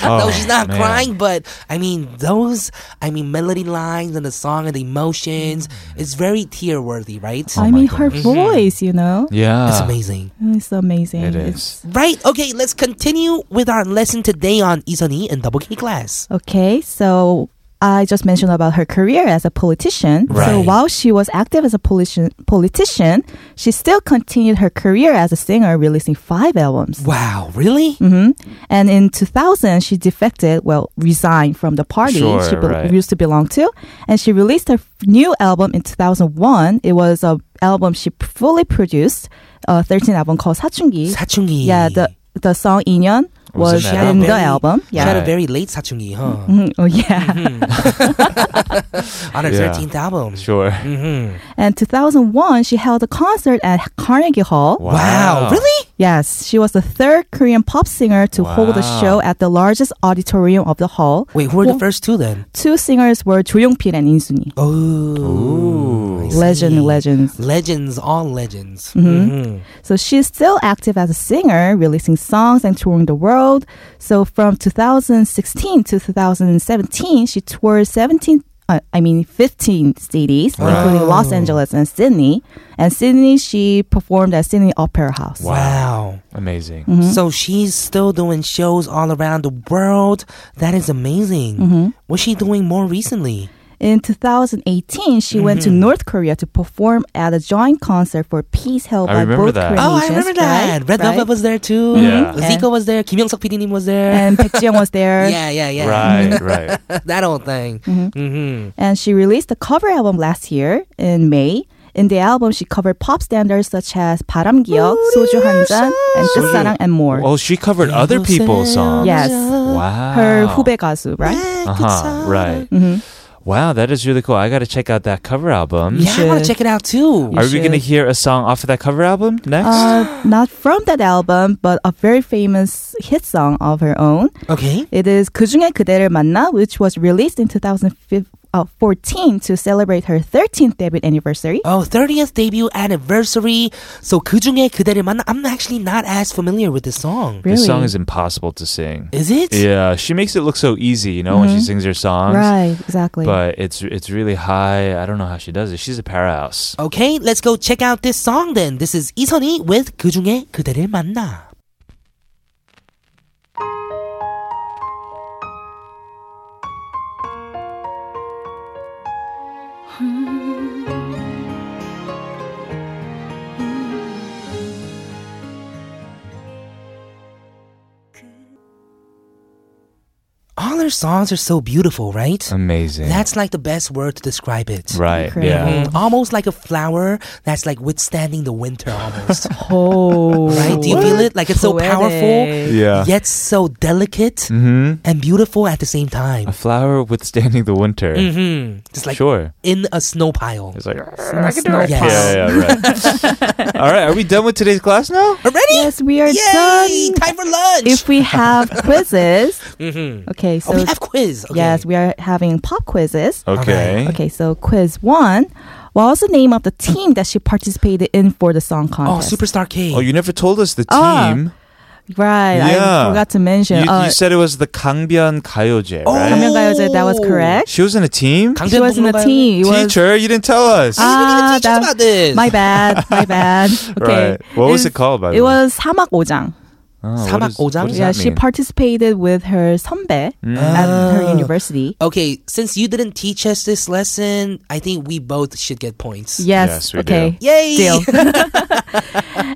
[SPEAKER 2] Oh,
[SPEAKER 1] no, she's not
[SPEAKER 2] man.
[SPEAKER 1] crying, but I mean those I mean melody lines and the song and the emotions. It's very tear worthy, right?
[SPEAKER 2] Oh
[SPEAKER 6] I
[SPEAKER 2] my
[SPEAKER 6] mean her
[SPEAKER 2] goodness.
[SPEAKER 6] voice, you know,
[SPEAKER 2] Yeah,
[SPEAKER 1] That's amazing.
[SPEAKER 6] it's amazing.
[SPEAKER 2] It
[SPEAKER 6] It's-
[SPEAKER 2] is.
[SPEAKER 1] Right, okay, let's continue with our lesson today on Isoni and Double K class.
[SPEAKER 6] Okay, so I just mentioned about her career as a politician. So
[SPEAKER 1] Right.
[SPEAKER 6] while she was active as a politician, politician, she still continued her career as a singer, releasing five albums.
[SPEAKER 1] Wow, really?
[SPEAKER 6] hmm And in 2000, she defected, well, resigned from the party
[SPEAKER 2] Sure,
[SPEAKER 6] she be-
[SPEAKER 2] right.
[SPEAKER 6] used to belong to, and she released her f- new album in 2001. It was a album she p- fully produced, a 13 album called Sachungi.
[SPEAKER 1] Sachungi.
[SPEAKER 6] Mm-hmm. Yeah, the the song 인연
[SPEAKER 2] Was
[SPEAKER 6] was
[SPEAKER 2] in that
[SPEAKER 6] in the
[SPEAKER 1] album.
[SPEAKER 6] album.
[SPEAKER 1] She had
[SPEAKER 6] Yeah.
[SPEAKER 1] a very late Sachungi, huh?
[SPEAKER 6] Mhm, Oh yeah.
[SPEAKER 2] Mm-hmm.
[SPEAKER 1] On her
[SPEAKER 2] Yeah.
[SPEAKER 1] 13th album.
[SPEAKER 2] Sure.
[SPEAKER 1] hmm
[SPEAKER 6] And 2001, she held a concert at Carnegie Hall.
[SPEAKER 1] Wow. really?
[SPEAKER 6] Yes, she was the third Korean pop singer to hold a
[SPEAKER 2] Wow.
[SPEAKER 6] show at the largest auditorium of the hall.
[SPEAKER 1] Wait, who were the
[SPEAKER 6] Well,
[SPEAKER 1] first two then?
[SPEAKER 6] Two singers were Joyongpil and Insuni.
[SPEAKER 1] Oh.
[SPEAKER 2] Ooh.
[SPEAKER 1] I see.
[SPEAKER 6] Legend, legends. Mm-hmm.
[SPEAKER 1] Legends, all legends. Mhm.
[SPEAKER 6] So she's still active as a singer, releasing songs and touring the world. So from 2016 to 2017, she toured 17, uh, I mean 15 cities, including Los Angeles and Sydney. And Sydney, she performed at Sydney Opera House.
[SPEAKER 1] Wow.
[SPEAKER 2] Amazing.
[SPEAKER 6] Mm-hmm.
[SPEAKER 1] So she's still doing shows all around the world. That is amazing.
[SPEAKER 6] Mm-hmm.
[SPEAKER 1] What's she doing more recently?
[SPEAKER 6] In 2018, she went to
[SPEAKER 2] Mm-hmm.
[SPEAKER 6] North Korea to perform at a joint concert for peace held
[SPEAKER 2] I
[SPEAKER 6] by
[SPEAKER 2] remember
[SPEAKER 6] both
[SPEAKER 2] that.
[SPEAKER 6] Korean
[SPEAKER 1] Oh, I
[SPEAKER 6] nations,
[SPEAKER 1] remember that.
[SPEAKER 6] right?
[SPEAKER 1] Red
[SPEAKER 6] Right? Mm-hmm.
[SPEAKER 1] Velvet was there too.
[SPEAKER 2] Yeah.
[SPEAKER 1] Zico was there. Kim Young Suk PD님 was there.
[SPEAKER 6] and Baek Jiang was there.
[SPEAKER 1] yeah, yeah, yeah.
[SPEAKER 2] Right, right.
[SPEAKER 1] that old thing. Mm-hmm.
[SPEAKER 6] And she released a cover album last year in May. In the album, she covered pop standards such as 바람기억, 소주 한잔, and 끝사랑, and more.
[SPEAKER 2] Well, she covered other people's songs.
[SPEAKER 6] Yes.
[SPEAKER 2] Wow.
[SPEAKER 6] Her 후배 가수, right?
[SPEAKER 2] Uh-huh, right. Wow, that is really cool. I got to check out that cover album.
[SPEAKER 1] Yeah, I want to
[SPEAKER 6] should.
[SPEAKER 1] check it out too.
[SPEAKER 2] Are we going to
[SPEAKER 6] should.
[SPEAKER 2] hear a song off of that cover album next?
[SPEAKER 6] Uh, not from that album, but a very famous hit song of her own.
[SPEAKER 1] Okay.
[SPEAKER 6] It is 그중에 그대를 만나, which was released in 2014 uh, to celebrate her 13th debut anniversary.
[SPEAKER 1] Oh, 30th debut anniversary. So 그중에 그대를 만나. I'm actually not as familiar with this song.
[SPEAKER 6] really?
[SPEAKER 2] This song is impossible to sing.
[SPEAKER 1] Is it?
[SPEAKER 2] Yeah, she makes it look so easy, you know, when she sings her songs.
[SPEAKER 6] right, exactly.
[SPEAKER 2] But it's it's really high. I don't know how she does it. She's a powerhouse.
[SPEAKER 1] Okay, let's go check out this song then. This is 이선희 with 그중에 그대를 만나. her songs are so beautiful, right?
[SPEAKER 2] Amazing.
[SPEAKER 1] That's like the best word to describe it.
[SPEAKER 2] right. Yeah.
[SPEAKER 6] Incredible.
[SPEAKER 1] Mm, almost like a flower that's like withstanding the winter almost.
[SPEAKER 6] Oh,
[SPEAKER 1] right? Do you feel it? Like it's so powerful,
[SPEAKER 6] Poetic.
[SPEAKER 2] Yeah. Mm-hmm.
[SPEAKER 1] yet so delicate and beautiful at the same
[SPEAKER 2] A
[SPEAKER 1] time.
[SPEAKER 2] flower withstanding the winter.
[SPEAKER 1] hmm Just like
[SPEAKER 2] Mm-hmm. sure.
[SPEAKER 1] in a snow pile.
[SPEAKER 2] It's like
[SPEAKER 6] I can do it.
[SPEAKER 1] Yes.
[SPEAKER 2] Yeah, yeah, right. All right, are we done with today's class now?
[SPEAKER 1] Already?
[SPEAKER 6] Yes, we are
[SPEAKER 1] Yay!
[SPEAKER 6] done.
[SPEAKER 1] Time for lunch.
[SPEAKER 6] If we have quizzes,
[SPEAKER 2] Mm-hmm.
[SPEAKER 6] okay, so
[SPEAKER 1] oh, we have quiz. Okay.
[SPEAKER 6] yes, we are having pop quizzes.
[SPEAKER 2] Okay.
[SPEAKER 6] Okay, so quiz one. What was the name of the team that she participated in for the song
[SPEAKER 1] Oh,
[SPEAKER 6] contest?
[SPEAKER 1] Superstar K.
[SPEAKER 2] Oh, you never told us the
[SPEAKER 6] Ah,
[SPEAKER 2] team.
[SPEAKER 6] Right,
[SPEAKER 2] Yeah.
[SPEAKER 6] I forgot to mention.
[SPEAKER 2] you,
[SPEAKER 6] uh,
[SPEAKER 2] you said it was the Kangbyeon Kayoje,
[SPEAKER 1] Oh.
[SPEAKER 2] right?
[SPEAKER 6] Gangnam that was correct.
[SPEAKER 2] She was in a team?
[SPEAKER 1] 강변
[SPEAKER 6] She was in a
[SPEAKER 1] 동문가요?
[SPEAKER 6] team. It was,
[SPEAKER 2] Teacher, you didn't tell us.
[SPEAKER 1] You didn't even
[SPEAKER 6] Ah,
[SPEAKER 1] teach us
[SPEAKER 6] that-
[SPEAKER 1] about this.
[SPEAKER 6] my bad, my bad. Okay.
[SPEAKER 2] Right. What was it called, by the
[SPEAKER 6] It
[SPEAKER 2] way?
[SPEAKER 6] was Hamak Ojang.
[SPEAKER 2] Oh, what
[SPEAKER 1] 사막
[SPEAKER 2] is- what
[SPEAKER 1] 오장?
[SPEAKER 2] does
[SPEAKER 6] Yeah,
[SPEAKER 2] that
[SPEAKER 6] she
[SPEAKER 2] mean? Mm.
[SPEAKER 6] participated with her 선배 at her university.
[SPEAKER 1] Okay, since you didn't teach us this lesson, I think we both should get points.
[SPEAKER 2] Yes,
[SPEAKER 6] Yes.
[SPEAKER 2] we
[SPEAKER 6] okay.
[SPEAKER 1] Yay!
[SPEAKER 6] Deal.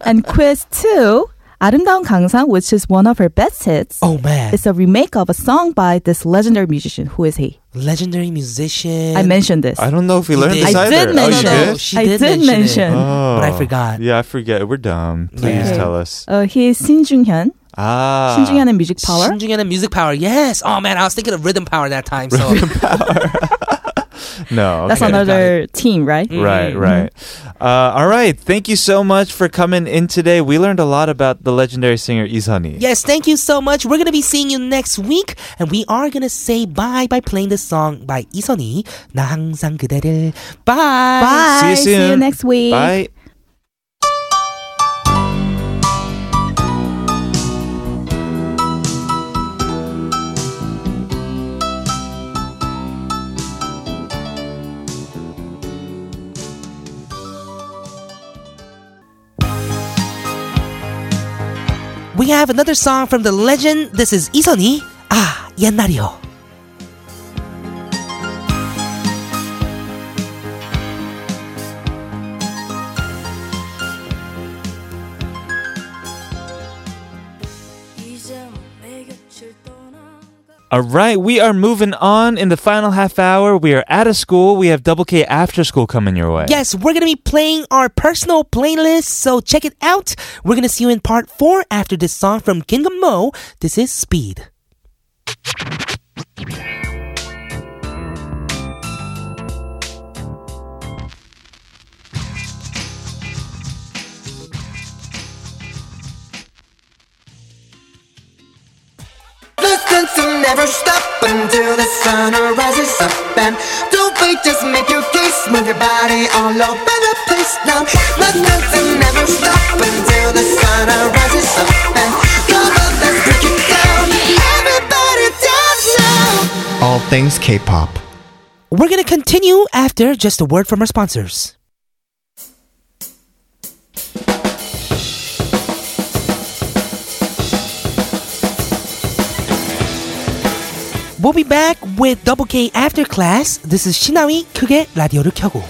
[SPEAKER 6] and quiz two, 아름다운 강상, which is one of her best hits.
[SPEAKER 1] Oh man,
[SPEAKER 6] It's a remake of a song by this legendary musician. Who is he?
[SPEAKER 1] legendary musician.
[SPEAKER 6] I mentioned this.
[SPEAKER 2] I don't know if we
[SPEAKER 1] You
[SPEAKER 2] learned
[SPEAKER 1] did.
[SPEAKER 2] this
[SPEAKER 6] I
[SPEAKER 2] either.
[SPEAKER 6] did
[SPEAKER 2] oh, you
[SPEAKER 6] mention
[SPEAKER 2] did?
[SPEAKER 1] No, she
[SPEAKER 6] I
[SPEAKER 1] did,
[SPEAKER 6] did
[SPEAKER 1] mention,
[SPEAKER 6] mention.
[SPEAKER 1] it. but I
[SPEAKER 2] Oh.
[SPEAKER 1] forgot.
[SPEAKER 2] Yeah, I forget. We're dumb. Please
[SPEAKER 1] Okay.
[SPEAKER 2] tell us.
[SPEAKER 6] uh, he is 신중현.
[SPEAKER 2] Ah.
[SPEAKER 6] 신중현의 Music Power.
[SPEAKER 1] 신중현의 music power. Yes. Oh man, I was thinking of rhythm power that time. So
[SPEAKER 2] No.
[SPEAKER 6] That's
[SPEAKER 2] okay. Mm.
[SPEAKER 1] got
[SPEAKER 6] another team, right?
[SPEAKER 2] Right, right. Uh, all right. Thank you so much for coming in today. We learned a lot about the legendary singer Izhani.
[SPEAKER 1] yes, thank you so much. We're gonna be seeing you next week, and we are gonna say bye by playing this song by 이선희. 나 항상 그대를. Bye.
[SPEAKER 6] Bye.
[SPEAKER 2] See you soon.
[SPEAKER 6] See you next week.
[SPEAKER 2] Bye.
[SPEAKER 1] We have another song from the legend. This is Ah, 이선희. 아 옛날이요.
[SPEAKER 2] All right, we are moving on in the final half hour. We are out of school. We have Double K After School coming your way.
[SPEAKER 1] Yes, we're gonna be playing our personal playlist, so check it out. We're gonna see you in part four after this song from Kingdom Mo. This is Speed.
[SPEAKER 8] Listen to never stop until the sun rises up and don't wait, just make your case, move your body all over the place now. Listen to never stop until the sun rises up and come on, let's break it down. Everybody dance now. All things K-pop.
[SPEAKER 1] We're gonna continue after just a word from our sponsors. We'll be back with Double K after class. This is 신하위 크게 라디오를 켜고.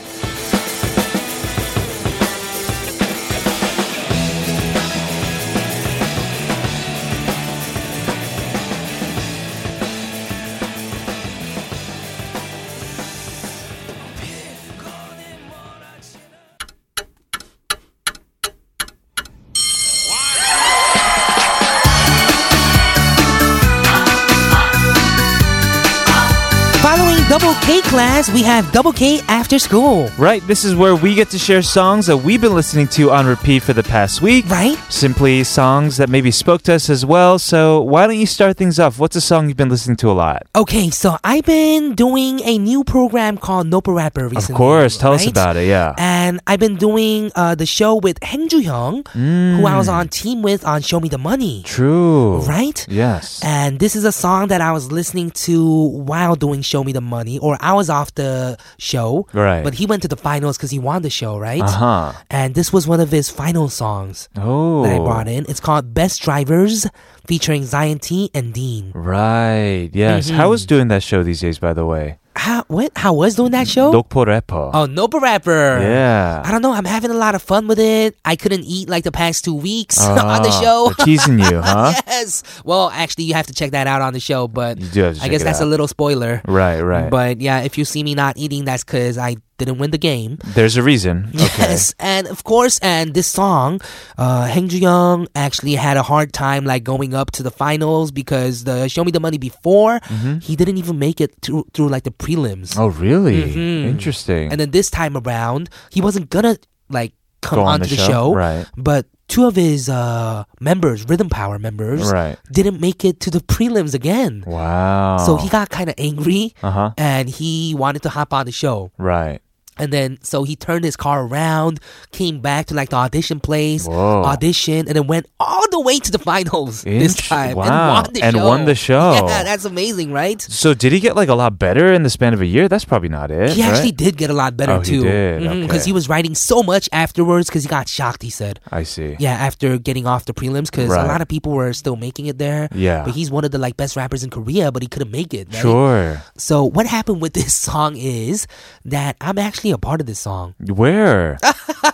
[SPEAKER 1] Following Double K class, we have Double K after school.
[SPEAKER 2] Right, this is where we get to share songs that we've been listening to on repeat for the past week.
[SPEAKER 1] Right?
[SPEAKER 2] Simply songs that maybe spoke to us as well. So, why don't you start things off? What's a song you've been listening to a lot?
[SPEAKER 1] Okay, so I've been doing a new program called Nopa Rapper recently.
[SPEAKER 2] of course, tell us
[SPEAKER 1] right?
[SPEAKER 2] about it. Yeah.
[SPEAKER 1] And I've been doing uh, the show with Heng Joo Hyung, who I was on team with on Show Me the Money,
[SPEAKER 2] Mm. True.
[SPEAKER 1] right?
[SPEAKER 2] Yes.
[SPEAKER 1] And this is a song that I was listening to while doing Show Me the Money, or I was off the show.
[SPEAKER 2] Right.
[SPEAKER 1] But he went to the finals because he won the show, right?
[SPEAKER 2] Uh huh.
[SPEAKER 1] And this was one of his final songs
[SPEAKER 2] Oh.
[SPEAKER 1] that I brought in. It's called Best Drivers, featuring Zion T and Dean. Mm-hmm.
[SPEAKER 2] Right. Yes. How is doing that show these days, by the way?
[SPEAKER 1] how what how was doing that show?
[SPEAKER 2] 녹포 래퍼.
[SPEAKER 1] Oh, Nopa Rapper.
[SPEAKER 2] Yeah.
[SPEAKER 1] I don't know. I'm having a lot of fun with it. I couldn't eat like the past two weeks on the
[SPEAKER 2] Ah,
[SPEAKER 1] show.
[SPEAKER 2] they're teasing you, huh?
[SPEAKER 1] yes. Well, actually, you have to check that out on the show, but
[SPEAKER 2] You do have to
[SPEAKER 1] I
[SPEAKER 2] check
[SPEAKER 1] guess
[SPEAKER 2] it
[SPEAKER 1] that's a
[SPEAKER 2] out.
[SPEAKER 1] little spoiler.
[SPEAKER 2] Right, right.
[SPEAKER 1] But yeah, if you see me not eating, that's because I didn't win the game.
[SPEAKER 2] There's a reason. Okay.
[SPEAKER 1] Yes, and of course, and this song, uh, Heng Young actually had a hard time like going up to the finals because the Show Me the Money before
[SPEAKER 2] Mm-hmm.
[SPEAKER 1] he didn't even make it through, through like the prelims,
[SPEAKER 2] Oh, really?
[SPEAKER 1] Mhm.
[SPEAKER 2] Interesting.
[SPEAKER 1] and then this time around he wasn't gonna like come
[SPEAKER 2] Go on
[SPEAKER 1] onto
[SPEAKER 2] the
[SPEAKER 1] the,
[SPEAKER 2] show,
[SPEAKER 1] show,
[SPEAKER 2] right.
[SPEAKER 1] But two of his uh, members, Rhythm Power members,
[SPEAKER 2] right.
[SPEAKER 1] didn't make it to the prelims again.
[SPEAKER 2] Wow.
[SPEAKER 1] So he got kind of angry,
[SPEAKER 2] Uh huh.
[SPEAKER 1] and he wanted to hop on the show.
[SPEAKER 2] Right.
[SPEAKER 1] And then, so he turned his car around, came back to like the audition place,
[SPEAKER 2] Whoa.
[SPEAKER 1] audition, and then went all the way to the finals this
[SPEAKER 2] Int-
[SPEAKER 1] time
[SPEAKER 2] wow.
[SPEAKER 1] and won the
[SPEAKER 2] And
[SPEAKER 1] show.
[SPEAKER 2] won the show.
[SPEAKER 1] Yeah, that's amazing, right?
[SPEAKER 2] So did he get like a lot better in the span of a year? That's probably not it.
[SPEAKER 1] He
[SPEAKER 2] right?
[SPEAKER 1] actually did get a lot better
[SPEAKER 2] Oh, he
[SPEAKER 1] too,
[SPEAKER 2] did?
[SPEAKER 1] because he
[SPEAKER 2] Okay.
[SPEAKER 1] was writing so much afterwards. Because he got shocked, he said.
[SPEAKER 2] I see.
[SPEAKER 1] Yeah, after getting off the prelims, because
[SPEAKER 2] Right.
[SPEAKER 1] a lot of people were still making it there.
[SPEAKER 2] Yeah.
[SPEAKER 1] but he's one of the like best rappers in Korea, but he couldn't make it. Right?
[SPEAKER 2] Sure.
[SPEAKER 1] So what happened with this song is that I'm actually a part of this song.
[SPEAKER 2] Where?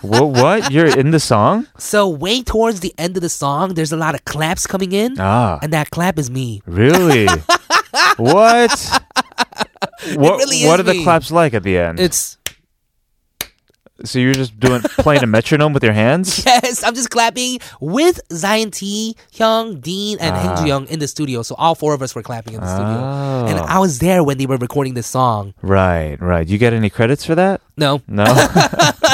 [SPEAKER 2] what? What? You're in the song?
[SPEAKER 1] So way towards the end of the song, there's a lot of claps coming in,
[SPEAKER 2] Ah.
[SPEAKER 1] and that clap is me.
[SPEAKER 2] Really? what? What,
[SPEAKER 1] really
[SPEAKER 2] what
[SPEAKER 1] is
[SPEAKER 2] are
[SPEAKER 1] me.
[SPEAKER 2] the claps like at the end?
[SPEAKER 1] It's
[SPEAKER 2] so you're just doing playing a metronome with your hands?
[SPEAKER 1] yes, I'm just clapping with Zion T, Hyung, Dean, and
[SPEAKER 2] Ah.
[SPEAKER 1] Heng Young in the studio. So all four of us were clapping in the
[SPEAKER 2] Oh.
[SPEAKER 1] studio, and I was there when they were recording this song.
[SPEAKER 2] Right, right. You get any credits for that?
[SPEAKER 1] No,
[SPEAKER 2] No.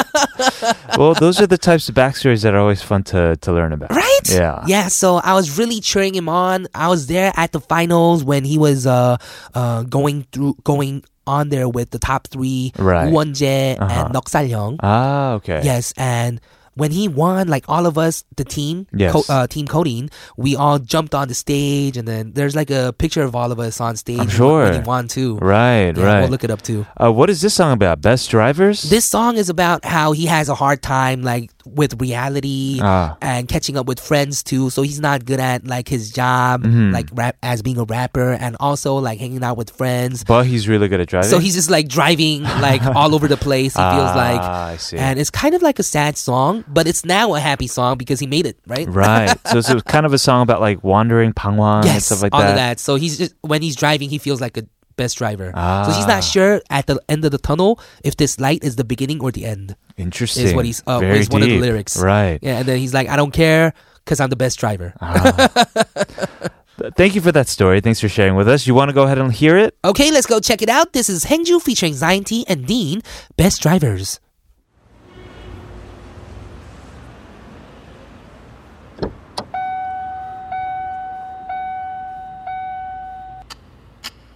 [SPEAKER 2] well, those are the types of backstories that are always fun to, to learn about.
[SPEAKER 1] Right?
[SPEAKER 2] Yeah.
[SPEAKER 1] Yeah, so I was really cheering him on. I was there at the finals when he was uh uh going through going on there with the top three
[SPEAKER 2] Right.
[SPEAKER 1] Wonje
[SPEAKER 2] Uh-huh.
[SPEAKER 1] and Nok Young.
[SPEAKER 2] Ah, okay.
[SPEAKER 1] Yes, and when he won, like all of us, the team,
[SPEAKER 2] Yes.
[SPEAKER 1] uh, team coding, we all jumped on the stage, and then there's like a picture of all of us on stage.
[SPEAKER 2] I'm
[SPEAKER 1] when he
[SPEAKER 2] sure.
[SPEAKER 1] won too.
[SPEAKER 2] Right,
[SPEAKER 1] Yeah,
[SPEAKER 2] right.
[SPEAKER 1] We'll look it up too.
[SPEAKER 2] uh, what is this song about? Best drivers?
[SPEAKER 1] This song is about how he has a hard time like with reality
[SPEAKER 2] Ah.
[SPEAKER 1] and catching up with friends too. So he's not good at like his job,
[SPEAKER 2] Mm-hmm.
[SPEAKER 1] like rap as being a rapper, and also like hanging out with friends.
[SPEAKER 2] but he's really good at driving.
[SPEAKER 1] So he's just like driving like all over the place. He feels like,
[SPEAKER 2] Ah, I see.
[SPEAKER 1] and it's kind of like a sad song, but it's now a happy song because he made it right.
[SPEAKER 2] right. So it's a- kind of a song about like wandering pangwang and
[SPEAKER 1] yes,
[SPEAKER 2] stuff like
[SPEAKER 1] all
[SPEAKER 2] that.
[SPEAKER 1] of that. So he's just when he's driving, he feels like a best driver. So he's
[SPEAKER 2] Ah.
[SPEAKER 1] not sure at the end of the tunnel if this light is the beginning or the end.
[SPEAKER 2] Interesting.
[SPEAKER 1] is what he's- uh,
[SPEAKER 2] Very
[SPEAKER 1] is one of the
[SPEAKER 2] deep.
[SPEAKER 1] lyrics.
[SPEAKER 2] Right. Ah.
[SPEAKER 1] Yeah, and then he's like, I don't care because I'm the best driver.
[SPEAKER 2] Th- Thank you for that story. Thanks for sharing with us. You want to go ahead and hear it?
[SPEAKER 1] Okay, let's go check it out. This is Hengju featuring Zion T and Dean, Best Drivers.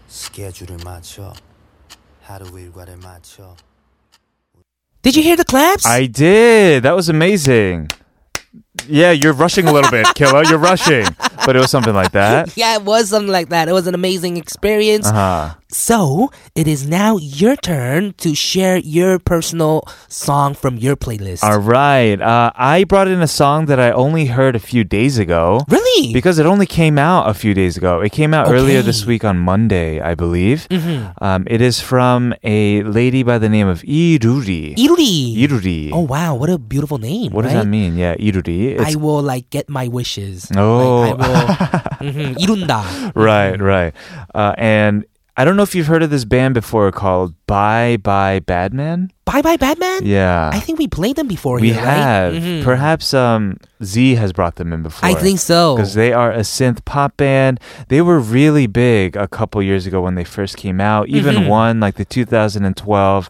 [SPEAKER 5] 스케줄을 맞춰 하루 일과를 맞춰
[SPEAKER 1] Did you hear the claps?
[SPEAKER 2] I did. That was amazing. Yeah, you're rushing a little bit, Killa. You're rushing. But it was something like that.
[SPEAKER 1] yeah, it was something like that. It was an amazing experience.
[SPEAKER 2] Uh-huh.
[SPEAKER 1] So, it is now your turn to share your personal song from your playlist.
[SPEAKER 2] All right. Uh, I brought in a song that I only heard a few days ago.
[SPEAKER 1] really?
[SPEAKER 2] Because it only came out a few days ago. It came out earlier
[SPEAKER 1] Okay.
[SPEAKER 2] this
[SPEAKER 1] Mm-hmm.
[SPEAKER 2] week on Monday, I believe. Um, it is from a lady by the name of Iruri.
[SPEAKER 1] Iruri.
[SPEAKER 2] Iruri.
[SPEAKER 1] Oh, wow. What a beautiful name.
[SPEAKER 2] What does
[SPEAKER 1] right?
[SPEAKER 2] that mean? Yeah, Iruri. It's
[SPEAKER 1] I will, like, get my wishes.
[SPEAKER 2] Oh.
[SPEAKER 1] Like, I will. Mhm, 이룬다.
[SPEAKER 2] Right, right. Uh, and I don't know if you've heard of this band before called Bye Bye Badman.
[SPEAKER 1] Bye bye, Batman.
[SPEAKER 2] Yeah.
[SPEAKER 1] I think we played them before
[SPEAKER 2] we
[SPEAKER 1] here, right?
[SPEAKER 2] have.
[SPEAKER 1] Mhm.
[SPEAKER 2] Perhaps um, Z has brought them in before.
[SPEAKER 1] I think so.
[SPEAKER 2] Because they are a synth pop band. They were really big a couple years ago when they first came out.
[SPEAKER 1] Mm-hmm.
[SPEAKER 2] Even won like the 2012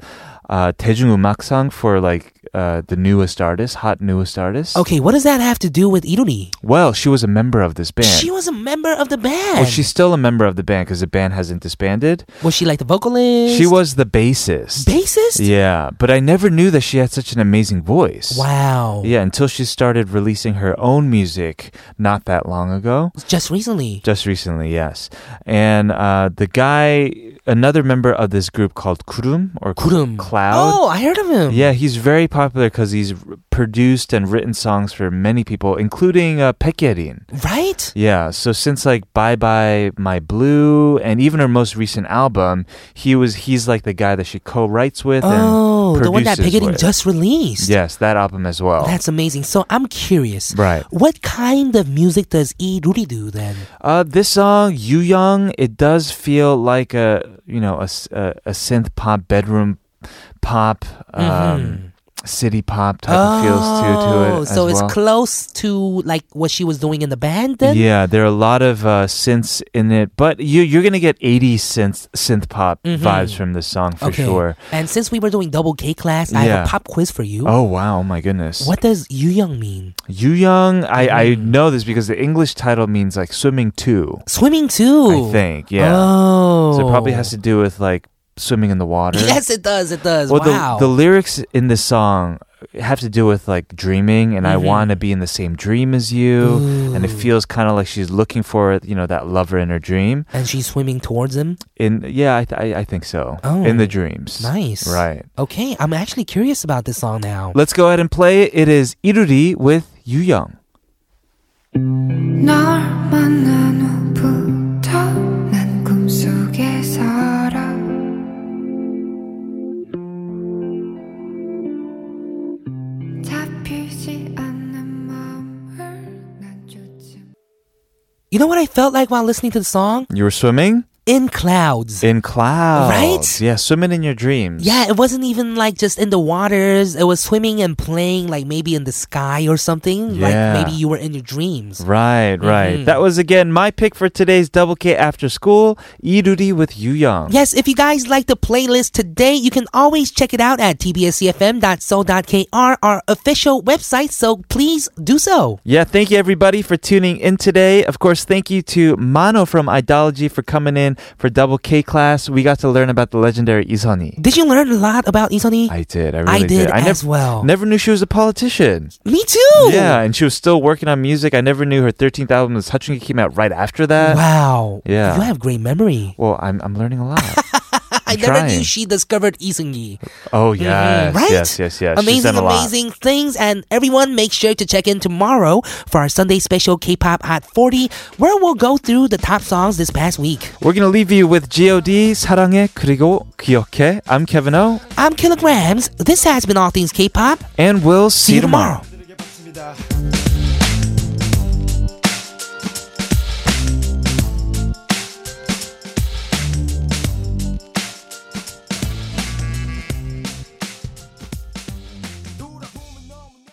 [SPEAKER 2] uh, 대중음악상 for like uh, the newest artist, hot newest artist.
[SPEAKER 1] Okay, what does that have to do with Iruni?
[SPEAKER 2] Well, she was a member of this band.
[SPEAKER 1] She was a member of the band.
[SPEAKER 2] well, she's still a member of the band because the band hasn't disbanded.
[SPEAKER 1] Was she like the vocalist?
[SPEAKER 2] She was the bassist.
[SPEAKER 1] bassist.
[SPEAKER 2] Yeah, but I never knew that she had such an amazing voice.
[SPEAKER 1] Wow.
[SPEAKER 2] Yeah, until she started releasing her own music not that long ago.
[SPEAKER 1] Just recently.
[SPEAKER 2] Just recently, yes. And uh, the guy, another member of this group called Kurum or
[SPEAKER 1] Kurum.
[SPEAKER 2] Cla- McLeod.
[SPEAKER 1] Oh, I heard of him.
[SPEAKER 2] Yeah, he's very popular because he's r- produced and written songs for many people, including uh, Pekyerin.
[SPEAKER 1] Right?
[SPEAKER 2] Yeah, so since like Bye Bye My Blue and even her most recent album, he was he's like the guy that she co-writes with.
[SPEAKER 1] Oh,
[SPEAKER 2] and
[SPEAKER 1] the one that
[SPEAKER 2] produces
[SPEAKER 1] Picketing
[SPEAKER 2] with.
[SPEAKER 1] just released.
[SPEAKER 2] Yes, that album as well.
[SPEAKER 1] That's amazing. So I'm curious.
[SPEAKER 2] Right.
[SPEAKER 1] What kind of music does E. Ruri do then?
[SPEAKER 2] Uh, this song, "You Young," it does feel like a you know a, s- a- a synth pop bedroom pop. Um, City pop type of feels too to it.
[SPEAKER 1] Mm-hmm. Oh, so
[SPEAKER 2] as
[SPEAKER 1] it's
[SPEAKER 2] well.
[SPEAKER 1] close to like what she was doing in the band then?
[SPEAKER 2] Yeah, there are a lot of uh, synths in it, but you you're gonna get 80s synth synth pop vibes from this song for
[SPEAKER 1] Mm-hmm. okay.
[SPEAKER 2] sure.
[SPEAKER 1] And since we were doing double K class, I have a
[SPEAKER 2] Yeah.
[SPEAKER 1] pop quiz for you.
[SPEAKER 2] Oh wow, my goodness.
[SPEAKER 1] What Mm-hmm. does Yu Young mean?
[SPEAKER 2] You young? I I know this because the English title means like swimming too.
[SPEAKER 1] Swimming too.
[SPEAKER 2] I think yeah.
[SPEAKER 1] Oh.
[SPEAKER 2] So it probably has to do with like swimming in the water.
[SPEAKER 1] Yes, it does. It does.
[SPEAKER 2] Well,
[SPEAKER 1] wow.
[SPEAKER 2] the the lyrics in this song have to do with like dreaming, and I
[SPEAKER 1] Mm-hmm.
[SPEAKER 2] want to be in the same dream as you, and it feels kind of like she's looking for you know that lover in her dream.
[SPEAKER 1] and she's swimming towards him.
[SPEAKER 2] In yeah, I th- I, I think so.
[SPEAKER 1] Oh,
[SPEAKER 2] in the dreams.
[SPEAKER 1] Nice.
[SPEAKER 2] Right.
[SPEAKER 1] Okay, I'm actually curious about this song now.
[SPEAKER 2] Let's go ahead and play it. It is Iruri with Yu Young.
[SPEAKER 9] 널 만난 후부터 난 꿈속에 살아 잡히지 않는 마음을 난 쫓아
[SPEAKER 1] You know what I felt like while listening to the song?
[SPEAKER 2] You were swimming
[SPEAKER 1] In clouds.
[SPEAKER 2] in clouds.
[SPEAKER 1] Right?
[SPEAKER 2] Yeah, swimming in your dreams.
[SPEAKER 1] yeah, it wasn't even like just in the waters. It was swimming and playing like maybe in the sky or something.
[SPEAKER 2] Yeah.
[SPEAKER 1] Like maybe you were in your dreams.
[SPEAKER 2] Right,
[SPEAKER 1] Mm-hmm.
[SPEAKER 2] right. That was again my pick for today's Double K After School, Iruri with Yu Young.
[SPEAKER 1] Yes, if you guys like the playlist today, you can always check it out at tbscfm.so.kr, our official website, so please do so.
[SPEAKER 2] Yeah, thank you everybody for tuning in today. Of course, thank you to Mano from Idology for coming in for Double K class. We got to learn about the legendary Isoni.
[SPEAKER 1] Did you learn a lot about Isoni?
[SPEAKER 2] I did. I
[SPEAKER 1] I did
[SPEAKER 2] really I
[SPEAKER 1] as
[SPEAKER 2] never,
[SPEAKER 1] well.
[SPEAKER 2] Never knew she was a politician.
[SPEAKER 1] Me too!
[SPEAKER 2] Yeah, and she was still working on music. I never knew her 13th album, Sachungi, came out right after that.
[SPEAKER 1] Wow.
[SPEAKER 2] Yeah.
[SPEAKER 1] You have great memory.
[SPEAKER 2] Well, I'm, I'm learning a lot.
[SPEAKER 1] I
[SPEAKER 2] I'm
[SPEAKER 1] never knew
[SPEAKER 2] trying.
[SPEAKER 1] she discovered Isungi.
[SPEAKER 2] Oh, yes.
[SPEAKER 1] Mm-hmm. Right?
[SPEAKER 2] Yes, yes, yes.
[SPEAKER 1] Amazing,
[SPEAKER 2] She's done a lot.
[SPEAKER 1] amazing things. And everyone, make sure to check in tomorrow for our Sunday special K pop Hot 40, where we'll go through the top songs this past week.
[SPEAKER 2] We're going to leave you with G.O.D. 사랑해 그리고 기억해. I'm Kevin O,
[SPEAKER 1] I'm Kilograms. This has been All Things K pop.
[SPEAKER 2] and we'll see,
[SPEAKER 1] See you tomorrow.
[SPEAKER 3] 드리게 바칩니다.